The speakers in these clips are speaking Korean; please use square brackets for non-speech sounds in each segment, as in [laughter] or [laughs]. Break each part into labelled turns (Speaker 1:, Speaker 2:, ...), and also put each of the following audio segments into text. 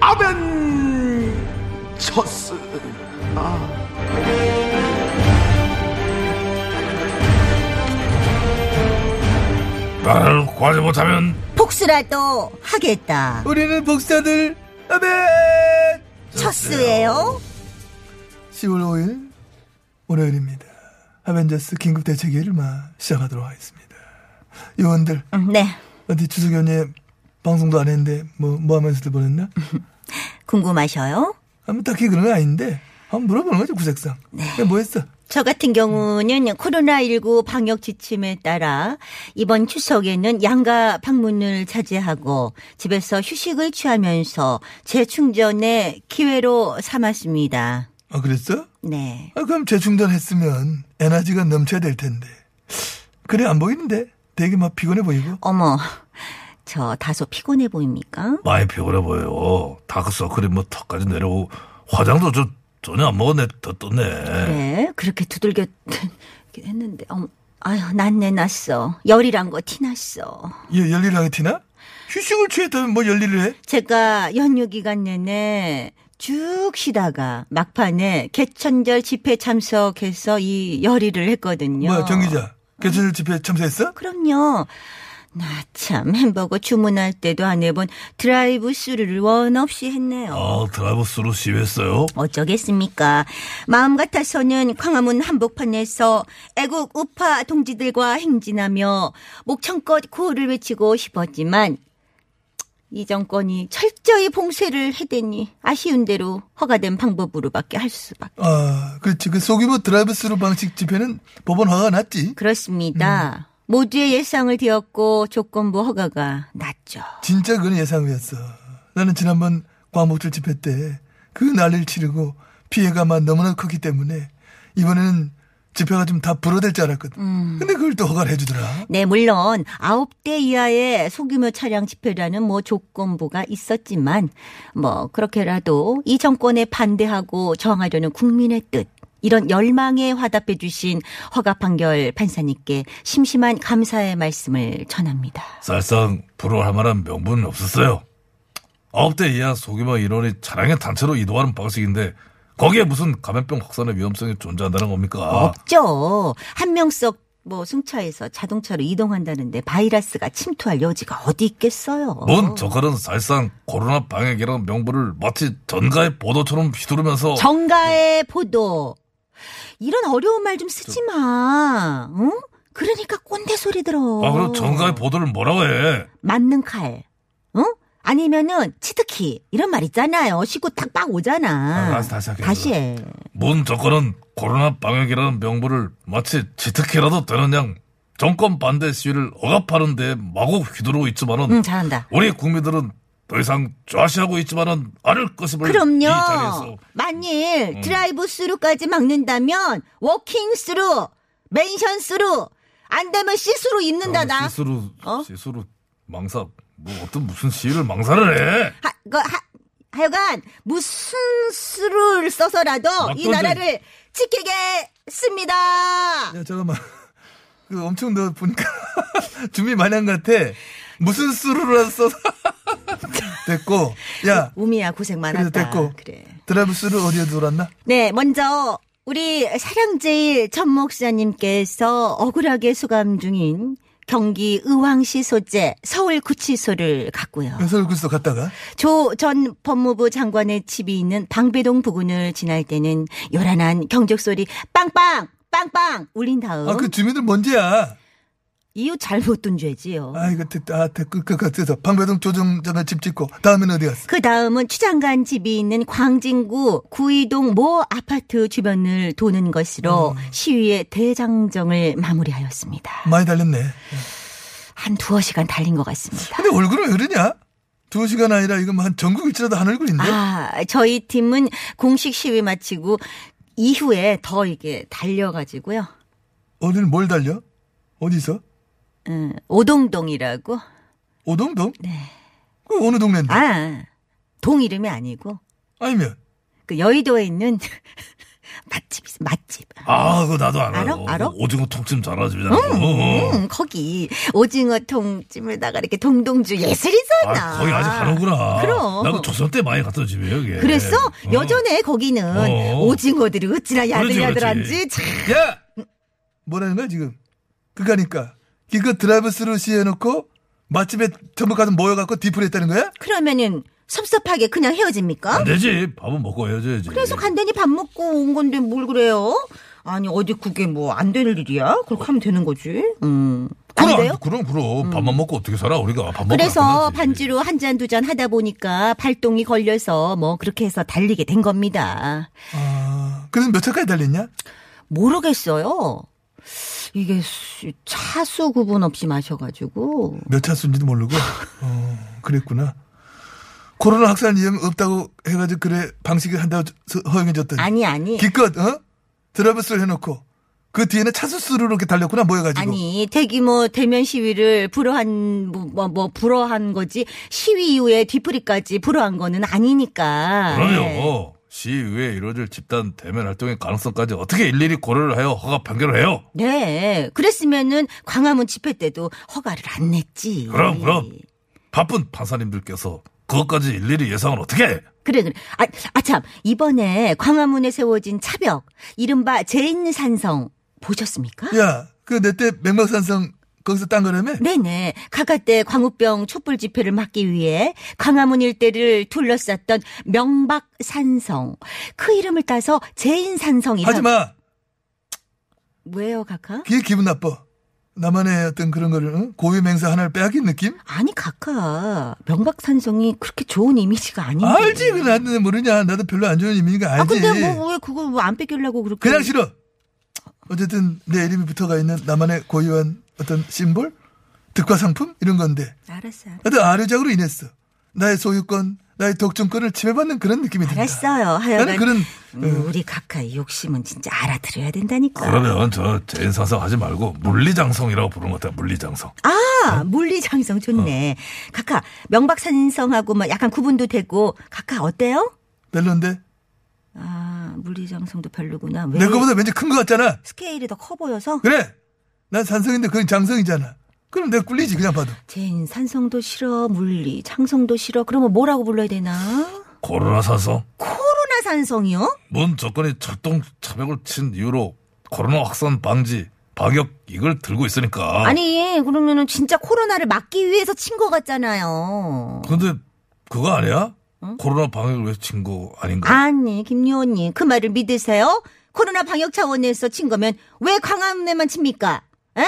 Speaker 1: 아벤처스.
Speaker 2: 나를 구하지 못하면
Speaker 3: 복수라도 하겠다.
Speaker 4: 우리는 복사들 아멘
Speaker 3: 첫수예요?
Speaker 4: 10월 5일 월요일입니다 아벤져스 긴급 대책회의를 막 시작하도록 하겠습니다 요원들
Speaker 3: 네.
Speaker 4: 어디 주석 연님 방송도 안 했는데 뭐, 뭐 하면서들 보냈나?
Speaker 3: 궁금하셔요?
Speaker 4: 아무 딱히 그런 건 아닌데 한번 물어보는 거죠 구색상 야, 뭐 했어?
Speaker 3: 저 같은 경우는 코로나19 방역 지침에 따라 이번 추석에는 양가 방문을 자제하고 집에서 휴식을 취하면서 재충전의 기회로 삼았습니다.
Speaker 4: 아 그랬어?
Speaker 3: 네.
Speaker 4: 아, 그럼 재충전했으면 에너지가 넘쳐야 될 텐데 그래 안 보이는데 되게 막 피곤해 보이고
Speaker 3: 어머, 저 다소 피곤해 보입니까?
Speaker 2: 많이 피곤해 보여요. 다크서클이 뭐 턱까지 내려오고 화장도 저 전혀 안 먹었네. 더 떴네.
Speaker 3: 그래, 그렇게 두들겨 [laughs] 했는데, 어머, 아유, 난내 났어. 열이란 거 티 났어.
Speaker 4: 얘 열일을 하게 티나? 휴식을 취했다면 뭐 열일을 해?
Speaker 3: 제가 연휴 기간 내내 쭉 쉬다가 막판에 개천절 집회 참석해서 이 열의를 했거든요.
Speaker 4: 뭐야 정 기자 개천절 집회 참석했어?
Speaker 3: 그럼요. 나 참 햄버거 주문할 때도 안 해본 드라이브 스루를 원 없이 했네요.
Speaker 2: 아, 드라이브 스루 시위했어요?
Speaker 3: 어쩌겠습니까. 마음 같아서는 광화문 한복판에서 애국 우파 동지들과 행진하며 목청껏 구호를 외치고 싶었지만 이 정권이 철저히 봉쇄를 해대니 아쉬운 대로 허가된 방법으로밖에 할 수밖에.
Speaker 4: 아, 그렇지. 그 소규모 드라이브스루 방식 집회는 법원 허가 났지.
Speaker 3: 그렇습니다. 모두의 예상을 뒤엎고 조건부 허가가 났죠.
Speaker 4: 진짜 그건 예상이었어. 나는 지난번 광복절 집회 때 그 난리를 치르고 피해가 막 너무나 컸기 때문에 이번에는 집회가 좀 다 불어댈 줄 알았거든. 근데 그걸 또 허가를 해주더라.
Speaker 3: 네, 물론 아홉 대 이하의 소규모 차량 집회라는 뭐 조건부가 있었지만 뭐 그렇게라도 이 정권에 반대하고 저항하려는 국민의 뜻 이런 열망에 화답해 주신 허가 판결 판사님께 심심한 감사의 말씀을 전합니다.
Speaker 2: 사실상 불허할 만한 명분은 없었어요. 아홉 대 이하 소규모 인원이 차량의 단체로 이동하는 방식인데 거기에 무슨 감염병 확산의 위험성이 존재한다는
Speaker 3: 어?
Speaker 2: 겁니까?
Speaker 3: 없죠. 한 명씩 뭐 승차해서 자동차로 이동한다는데 바이러스가 침투할 여지가 어디 있겠어요.
Speaker 2: 뭔 저가는 사실상 코로나 방역이라는 명분을 마치 전가의 보도처럼 휘두르면서 네.
Speaker 3: 정가의 포도. 이런 어려운 말 좀 쓰지 마. 응? 그러니까 꼰대 소리 들어.
Speaker 2: 아, 그럼 전가의 보도를 뭐라고 해?
Speaker 3: 맞는 칼. 응? 아니면은 치트키 이런 말 있잖아요. 시고 딱빡 오잖아.
Speaker 2: 아, 다시- 다시 할게요. 네.
Speaker 3: 해.
Speaker 2: 문 정권은 코로나 방역이라는 명분을 마치 지특히라도 되는 양 정권 반대 시위를 억압하는 데 마구 휘두르고 있지만은
Speaker 3: 응, 음, 잘한다.
Speaker 2: 우리 국민들은 더 이상 좌시하고 있지만은 않을 것임을 이
Speaker 3: 그럼요.
Speaker 2: 자리에서 음.
Speaker 3: 만일 드라이브 스루까지 막는다면 워킹 스루, 맨션 스루, 안 되면 시스루 입는다 나.
Speaker 2: 시수로
Speaker 3: 어?
Speaker 2: 시수로 망사 뭐 어떤 무슨 시위를 망사를 해?
Speaker 3: 하, 그, 하, 하여간 무슨 수를 써서라도 이
Speaker 4: 아,
Speaker 2: 막던데.
Speaker 3: 나라를 지키겠습니다.
Speaker 4: 야, 잠깐만. [laughs] 그 엄청 너 보니까 [laughs] 준비 많이 한 것 같아. 무슨 스루를 써서. [laughs] 됐고. 야,
Speaker 3: 우미야 고생
Speaker 4: 그래서
Speaker 3: 많았다.
Speaker 4: 됐고.
Speaker 3: 그래.
Speaker 4: 드라이브스루 어디에 돌았나?
Speaker 3: 네, 먼저 우리 사랑제일 전 목사님께서 억울하게 수감 중인 경기 의왕시 소재 서울구치소를 갔고요.
Speaker 4: 서울 구소 갔다가.
Speaker 3: 조 전 법무부 장관의 집이 있는 방배동 부근을 지날 때는 요란한 경적 소리 빵빵 빵빵 울린 다음
Speaker 4: 아, 그 주민들 뭔지야.
Speaker 3: 이웃 잘못 둔 죄지요.
Speaker 4: 아, 이거 됐다. 아, 됐고, 그, 그, 그래서 방배동 조정 잠깐 집 짓고, 다음엔 어디 갔어?
Speaker 3: 그 다음은 추장관 집이 있는 광진구 구이동 모 아파트 주변을 도는 것으로
Speaker 2: 음.
Speaker 3: 시위의 대장정을 마무리하였습니다.
Speaker 4: 많이 달렸네.
Speaker 3: 한 두어 시간 달린 것 같습니다.
Speaker 4: 근데 얼굴은 왜 그러냐? 두 시간 아니라 이건 뭐한 전국 일치라도 한
Speaker 2: 네?
Speaker 4: 얼굴인데.
Speaker 3: 아, 저희 팀은 공식 시위 마치고 이후에 더 이게 달려가지고요.
Speaker 4: 오늘 뭘 달려? 어디서?
Speaker 3: 음, 오동동이라고.
Speaker 4: 오동동? 네. 그 어느 동네인데?
Speaker 3: 아, 동 이름이 아니고
Speaker 4: 아니면
Speaker 3: 그 여의도에 있는 [laughs] 맛집 있어, 맛집.
Speaker 2: 아, 그거 나도 알아요.
Speaker 3: 알아? 알아?
Speaker 2: 그 오징어 통찜 잘하시잖아. 요
Speaker 3: 음, 거기 오징어 통찜에다가 이렇게 동동주 예술이잖아.
Speaker 2: 아, 거기 아직 가는구나.
Speaker 3: 그럼.
Speaker 2: 나도 조선 때 많이 갔던 집이에요, 이게.
Speaker 3: 그랬어?
Speaker 2: 어.
Speaker 3: 여전에 거기는
Speaker 2: 어.
Speaker 3: 오징어들이 어찌나
Speaker 2: 그렇지,
Speaker 3: 야들야들한지
Speaker 2: 그렇지.
Speaker 3: 참.
Speaker 4: 야! 뭐라는 거야 지금? 그거니까 이거 드라이브스루 시해놓고 맛집에 전부 가서 모여갖고 디프를 했다는 거야?
Speaker 3: 그러면은 섭섭하게 그냥 헤어집니까?
Speaker 2: 안 되지. 밥은 먹고 헤어져야지.
Speaker 3: 그래서 간단히 밥 먹고 온 건데 뭘 그래요? 아니 어디 그게 뭐 안 될 일이야? 그렇게 하면 되는 거지. 음. 안 돼요? 음.
Speaker 2: 그럼, 그럼, 그럼. 밥만 먹고 어떻게 살아, 우리가. 밥 먹고.
Speaker 3: 그래서 반주로 한 잔 두 잔 하다 보니까 발동이 걸려서 뭐 그렇게 해서 달리게 된 겁니다.
Speaker 4: 아, 그래서 몇 차까지 달렸냐?
Speaker 3: 모르겠어요. 이게 수- 차수 구분 없이 마셔가지고
Speaker 4: 몇 차수인지도 모르고. 어, 그랬구나. 코로나 확산 위험 없다고 해가지고 그래 방식을 한다고 저- 허용해줬더니
Speaker 3: 아니 아니
Speaker 4: 기껏 어? 드라이브스루 해놓고 그 뒤에는 차수스루로 이렇게 달렸구나 모여가지고.
Speaker 3: 아니 뭐 대규모 대면 시위를 불허한 뭐, 뭐, 뭐 불허한 거지 시위 이후에 뒤풀이까지 불허한 거는 아니니까. 네.
Speaker 2: 그럼요. 시의회에 이루어질 집단 대면 활동의 가능성까지 어떻게 일일이 고려를 하여 허가 판결을 해요?
Speaker 3: 네, 그랬으면은 광화문 집회 때도 허가를 안 냈지.
Speaker 2: 그럼, 그럼. 바쁜 판사님들께서 그것까지 일일이 예상을 어떻게 해?
Speaker 3: 그래 그래. 아, 아 참, 이번에 광화문에 세워진 차벽, 이른바 제인산성 보셨습니까?
Speaker 4: 야, 그 내 때 맥박산성 거기서 딴 거라며?
Speaker 3: 네네. 가갓대 광우병 촛불 집회를 막기 위해 광화문 일대를 둘러쌌던 명박산성. 그 이름을 따서 제인산성이.
Speaker 4: 하지 마.
Speaker 3: 왜요, 각하?
Speaker 4: 그게 기분 나빠. 나만의 어떤 그런 거를 응? 고유 맹사 하나를 빼앗긴 느낌?
Speaker 3: 아니, 각하. 명박산성이 그렇게 좋은 이미지가 아닌데.
Speaker 4: 알지 그 나한테 모르냐? 나도 별로 안 좋은 이미지가
Speaker 3: 아,
Speaker 4: 알지.
Speaker 3: 근데 뭐, 왜 그걸 왜 안 뺏기려고 그렇게.
Speaker 4: 그냥 싫어. 어쨌든 내 이름이 붙어가 있는 나만의 고유한 어떤 심볼, 득과 상품 이런 건데
Speaker 3: 알았어, 알았어.
Speaker 4: 어떤 아류작으로 인했어. 나의 소유권, 나의 독점권을 침해받는 그런 느낌이 든다.
Speaker 3: 알았어요. 하여간
Speaker 4: 나는 그런
Speaker 3: 음, 우리 각하의 욕심은 진짜 알아들어야 된다니까.
Speaker 2: 그러면 저 재인사성 하지 말고 물리장성이라고 부르는 것 같아요, 물리장성.
Speaker 3: 아, 물리장성 좋네.
Speaker 4: 어.
Speaker 3: 각하 명박산성하고 뭐 약간 구분도 되고 각하 어때요?
Speaker 4: 별론데
Speaker 3: 아, 물리장성도 별로구나. 왜?
Speaker 4: 내 거보다 왠지 큰 거 같잖아.
Speaker 3: 스케일이 더 커 보여서
Speaker 4: 그래. 난 산성인데 그건 장성이잖아. 그럼 내가 꿀리지 그냥 봐도.
Speaker 3: 제인 산성도 싫어, 물리 장성도 싫어. 그러면 뭐라고 불러야 되나?
Speaker 2: 코로나 사성.
Speaker 3: 코로나 산성이요?
Speaker 4: 어.
Speaker 2: 문 조건이 철동 차벽을 친 이후로 코로나 확산 방지, 방역 이걸 들고 있으니까.
Speaker 3: 아니, 그러면은 진짜 코로나를 막기 위해서 친 거 같잖아요.
Speaker 2: 근데 그거 아니야? 코로나 방역을 위해서 친 거 아닌가?
Speaker 3: 아니, 김요원님, 그 말을 믿으세요? 코로나 방역 차원에서 친 거면 왜 광화문에만 칩니까? 에?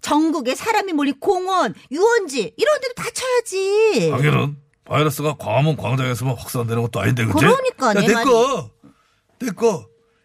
Speaker 3: 전국에 사람이 몰린 공원, 유원지 이런 데도 다 쳐야지.
Speaker 4: 아.
Speaker 2: 방역은 바이러스가 광화문 광장에서만 확산되는 것도 아닌데 그치?
Speaker 3: 그러니까
Speaker 4: 야,
Speaker 3: 내 말이.
Speaker 4: 됐고, 됐고,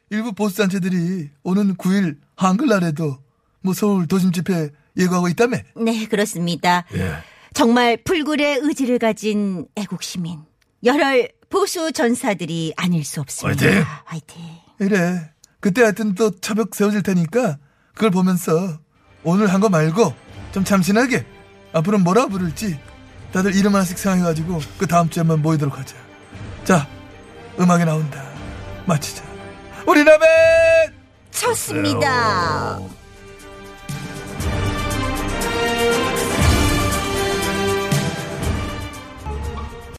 Speaker 4: 일부 보수 단체들이 오는 9일 한글날에도 뭐 서울 도심 집회 예고하고 있다며.
Speaker 3: 네, 그렇습니다.
Speaker 2: 예.
Speaker 3: 정말 불굴의 의지를 가진 애국 시민, 열혈 보수 전사들이 아닐 수 없습니다.
Speaker 2: 화이팅!
Speaker 3: 화이팅.
Speaker 4: 이래. 그때 하여튼 또 차벽 세워질 테니까 그걸 보면서 오늘 한 거 말고 좀 참신하게 앞으로 뭐라 부를지 다들 이름 하나씩 생각해가지고 그 다음 주에 한번 모이도록 하자. 자, 음악이 나온다. 마치자. 우리 라벤!
Speaker 3: 쳤습니다.
Speaker 2: 어,